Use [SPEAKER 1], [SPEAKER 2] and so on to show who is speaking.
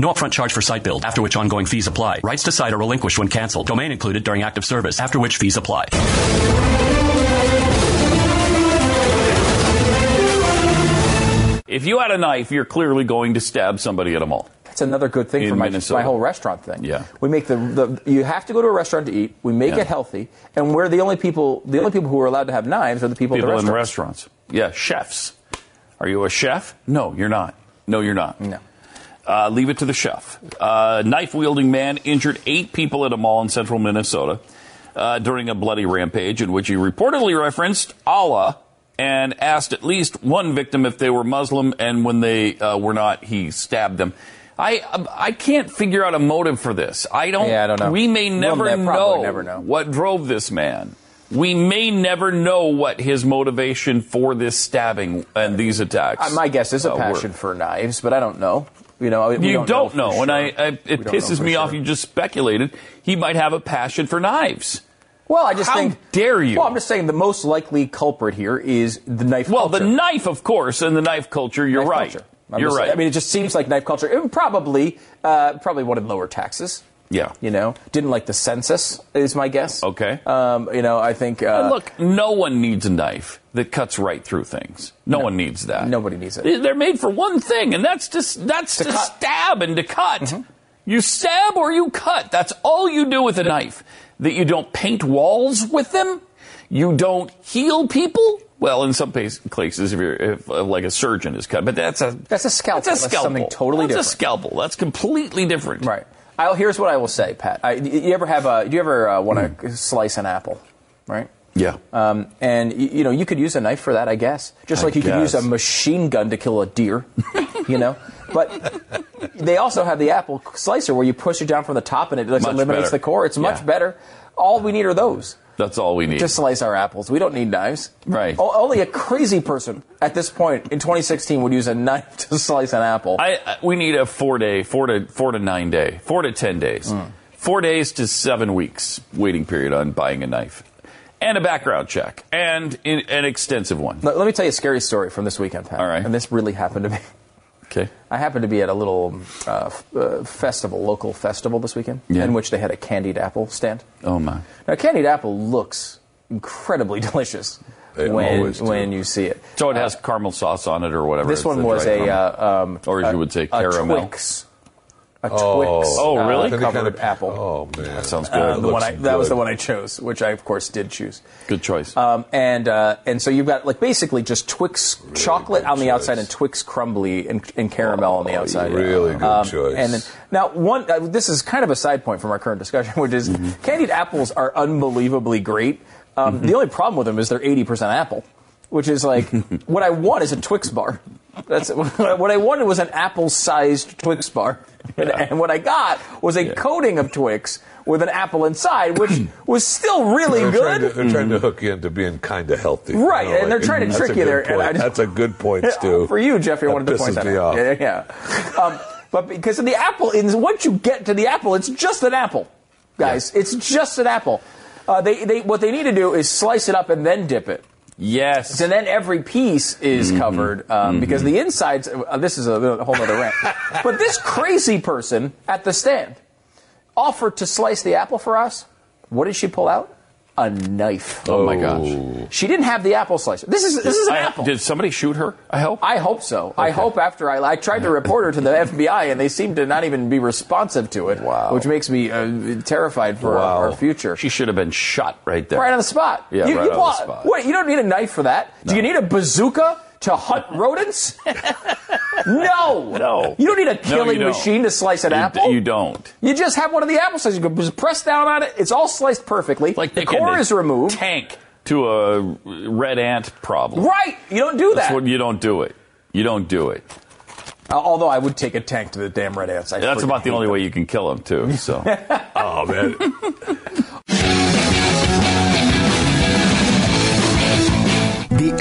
[SPEAKER 1] No upfront charge for site build, after which ongoing fees apply. Rights to site are relinquished when canceled. Domain included during active service, after which fees apply.
[SPEAKER 2] If you had a knife, you're clearly going to stab somebody at a mall.
[SPEAKER 3] That's another good thing
[SPEAKER 2] In
[SPEAKER 3] for my,
[SPEAKER 2] Minnesota.
[SPEAKER 3] my whole restaurant thing.
[SPEAKER 2] Yeah.
[SPEAKER 3] We make the, the you have to go to a restaurant to eat. We make
[SPEAKER 2] Yeah.
[SPEAKER 3] it healthy, and we're the only people the only people who are allowed to have knives are the people,
[SPEAKER 2] People
[SPEAKER 3] at
[SPEAKER 2] in
[SPEAKER 3] the restaurant.
[SPEAKER 2] restaurants. Yeah, chefs. Are you a chef? No, you're not. No, you're not.
[SPEAKER 3] No.
[SPEAKER 2] Uh, leave it to the chef. Uh, Knife wielding man injured eight people at a mall in central Minnesota uh, during a bloody rampage in which he reportedly referenced Allah and asked at least one victim if they were Muslim, and when they uh, were not, he stabbed them. I I can't figure out a motive for this. I don't.
[SPEAKER 3] Yeah, I don't know.
[SPEAKER 2] We may
[SPEAKER 3] We'll
[SPEAKER 2] never,
[SPEAKER 3] ne- probably
[SPEAKER 2] know,
[SPEAKER 3] never know.
[SPEAKER 2] what drove this man. We may never know what his motivation for this stabbing and these attacks.
[SPEAKER 3] Uh, my guess is a
[SPEAKER 2] uh, were.
[SPEAKER 3] passion for knives, but I don't know. You know, we
[SPEAKER 2] You
[SPEAKER 3] don't,
[SPEAKER 2] don't, know,
[SPEAKER 3] for
[SPEAKER 2] and I,
[SPEAKER 3] sure.
[SPEAKER 2] I
[SPEAKER 3] We
[SPEAKER 2] it
[SPEAKER 3] don't know
[SPEAKER 2] pisses
[SPEAKER 3] for
[SPEAKER 2] me off.
[SPEAKER 3] sure.
[SPEAKER 2] You just speculated he might have a passion for knives.
[SPEAKER 3] Well, I just
[SPEAKER 2] How
[SPEAKER 3] think.
[SPEAKER 2] dare you?
[SPEAKER 3] Well, I'm just saying the most likely culprit here is the knife.
[SPEAKER 2] Well,
[SPEAKER 3] culture.
[SPEAKER 2] the knife, of course, and the knife culture. You're
[SPEAKER 3] Knife
[SPEAKER 2] right.
[SPEAKER 3] culture. I'm
[SPEAKER 2] You're
[SPEAKER 3] just-
[SPEAKER 2] right.
[SPEAKER 3] I mean, it just seems like knife culture. It probably, uh, probably wanted lower taxes.
[SPEAKER 2] Yeah.
[SPEAKER 3] You know, didn't like the census is my guess.
[SPEAKER 2] Okay.
[SPEAKER 3] Um, you know, I think uh,
[SPEAKER 2] And look, no one needs a knife that cuts right through things. No, one needs that.
[SPEAKER 3] nobody needs it.
[SPEAKER 2] They- They're made for one thing, and that's to that's to,
[SPEAKER 3] cut. Mm-hmm.
[SPEAKER 2] stab and to cut. You stab or you cut. That's all you do with a knife. That you don't paint walls with them. You don't heal people. Well, in some pa- cases, if you're if, uh, like a surgeon is cut, but that's a
[SPEAKER 3] That's a scalpel.
[SPEAKER 2] That's a
[SPEAKER 3] That's
[SPEAKER 2] scalpel.
[SPEAKER 3] something totally
[SPEAKER 2] That's
[SPEAKER 3] different.
[SPEAKER 2] a scalpel. That's completely different.
[SPEAKER 3] right. I'll, here's what I will say, Pat. I, you ever have a? Do you ever uh, want to slice an apple? Right.
[SPEAKER 2] Mm. Yeah.
[SPEAKER 3] Um, and y- you know, you could use a knife for that, I guess. Just
[SPEAKER 2] I
[SPEAKER 3] like you could use
[SPEAKER 2] guess.
[SPEAKER 3] a machine gun to kill a deer, you know. But they also have the apple slicer where you push it down from the top and it like,
[SPEAKER 2] Much
[SPEAKER 3] eliminates
[SPEAKER 2] better.
[SPEAKER 3] the core. It's much
[SPEAKER 2] Yeah.
[SPEAKER 3] better. All we need are those.
[SPEAKER 2] that's all we need.
[SPEAKER 3] Just slice our apples. We don't need knives.
[SPEAKER 2] Right.
[SPEAKER 3] O- only a crazy person at this point in 2016 would use a knife to slice an apple.
[SPEAKER 2] I, I we need a four day, four to four to nine day, four to ten days,
[SPEAKER 3] Hmm.
[SPEAKER 2] four days to seven weeks waiting period on buying a knife, and a background check, and in, an extensive one.
[SPEAKER 3] Let- let me tell you a scary story from this weekend, Pat.
[SPEAKER 2] All right.
[SPEAKER 3] And this really happened to me.
[SPEAKER 2] Okay.
[SPEAKER 3] I happened to be at a little uh, f- uh, festival, local festival this weekend,
[SPEAKER 2] Yeah.
[SPEAKER 3] in which they had a candied apple stand.
[SPEAKER 2] Oh my.
[SPEAKER 3] Now, candied apple looks incredibly delicious
[SPEAKER 2] They
[SPEAKER 3] when,
[SPEAKER 2] always do.
[SPEAKER 3] when you see it.
[SPEAKER 2] So it has caramel sauce on it or whatever.
[SPEAKER 3] Uh, This
[SPEAKER 2] It's
[SPEAKER 3] one
[SPEAKER 2] the
[SPEAKER 3] was
[SPEAKER 2] dry
[SPEAKER 3] a,
[SPEAKER 2] caramel.
[SPEAKER 3] uh, um,
[SPEAKER 2] or as you would say, caramel.
[SPEAKER 3] a Twix. A Twix
[SPEAKER 2] Oh, really?
[SPEAKER 3] uh, covered
[SPEAKER 2] Could be
[SPEAKER 4] kind of-
[SPEAKER 3] apple.
[SPEAKER 4] Oh man, that
[SPEAKER 2] sounds good.
[SPEAKER 3] Uh,
[SPEAKER 2] It
[SPEAKER 3] the one I,
[SPEAKER 4] looks
[SPEAKER 3] that was
[SPEAKER 4] good.
[SPEAKER 3] the one I chose, which I of course did choose.
[SPEAKER 2] Good choice.
[SPEAKER 3] Um, and uh, and so you've got like basically just Twix chocolate
[SPEAKER 4] good
[SPEAKER 3] on the
[SPEAKER 4] choice.
[SPEAKER 3] outside and Twix crumbly and, and caramel on the
[SPEAKER 4] Oh,
[SPEAKER 3] outside. Um,
[SPEAKER 4] really good choice.
[SPEAKER 3] And then now one, uh, this is kind of a side point from our current discussion, which is
[SPEAKER 4] Mm-hmm.
[SPEAKER 3] candied apples are unbelievably great. Um, The only problem with them is they're eighty percent apple, which is like what I want is a Twix bar. That's what I wanted was an apple-sized Twix bar, and, and what I got was a coating of Twix with an apple inside, which was still really
[SPEAKER 4] They're trying,
[SPEAKER 3] good.
[SPEAKER 4] to, they're trying to hook you into being kind of healthy, you
[SPEAKER 3] Right,
[SPEAKER 4] know,
[SPEAKER 3] and they're trying to
[SPEAKER 4] that's a
[SPEAKER 3] trick you
[SPEAKER 4] good
[SPEAKER 3] there, and
[SPEAKER 4] point.
[SPEAKER 3] I just-
[SPEAKER 4] that's a good point,
[SPEAKER 3] Yeah,
[SPEAKER 4] Stu.
[SPEAKER 3] For you, Jeffy, I
[SPEAKER 4] That
[SPEAKER 3] wanted to point
[SPEAKER 4] pisses
[SPEAKER 3] that
[SPEAKER 4] me
[SPEAKER 3] out.
[SPEAKER 4] off.
[SPEAKER 3] Yeah, yeah. yeah. Um, but because of the apple, is once you get to the apple, it's just an apple, guys. It's just an apple. Uh, they, they, what they need to do is slice it up and then dip it.
[SPEAKER 2] yes.
[SPEAKER 3] And then every piece is
[SPEAKER 2] Mm-hmm.
[SPEAKER 3] covered um, because the insides. Uh, this is a, a whole other rant. but this crazy person at the stand offered to slice the apple for us. What did she pull out? a knife.
[SPEAKER 2] Oh, my gosh.
[SPEAKER 3] She didn't have the apple slicer. This is this is an
[SPEAKER 2] I-
[SPEAKER 3] apple.
[SPEAKER 2] Did somebody shoot her? I hope.
[SPEAKER 3] I hope so. I hope after I, I tried to report her to the FBI and they seemed to not even be responsive to it,
[SPEAKER 2] Wow.
[SPEAKER 3] which makes me uh, terrified for our, our future.
[SPEAKER 2] She should have been shot right there.
[SPEAKER 3] right on the spot.
[SPEAKER 2] Yeah,
[SPEAKER 3] you,
[SPEAKER 2] right
[SPEAKER 3] you
[SPEAKER 2] on the
[SPEAKER 3] bought-
[SPEAKER 2] spot.
[SPEAKER 3] Wait, you don't need a knife for that. Do you need a bazooka to hunt rodents? no,
[SPEAKER 2] No.
[SPEAKER 3] You don't need a killing
[SPEAKER 2] don't.
[SPEAKER 3] machine to slice an
[SPEAKER 2] You d-
[SPEAKER 3] apple.
[SPEAKER 2] you don't.
[SPEAKER 3] You just have one of the apple slices. You can just press down on it. It's all sliced perfectly.
[SPEAKER 2] Like
[SPEAKER 3] the
[SPEAKER 2] taking
[SPEAKER 3] core
[SPEAKER 2] a
[SPEAKER 3] is removed.
[SPEAKER 2] Tank to a red ant problem.
[SPEAKER 3] Right. You don't do
[SPEAKER 2] That's
[SPEAKER 3] that.
[SPEAKER 2] what you don't do it. You don't do it.
[SPEAKER 3] Uh, although I would take a tank to the damn red ants. I
[SPEAKER 2] That's
[SPEAKER 3] freaking
[SPEAKER 2] about the
[SPEAKER 3] hate
[SPEAKER 2] only
[SPEAKER 3] them.
[SPEAKER 2] way you can kill them too. So.
[SPEAKER 4] Oh, man.
[SPEAKER 5] The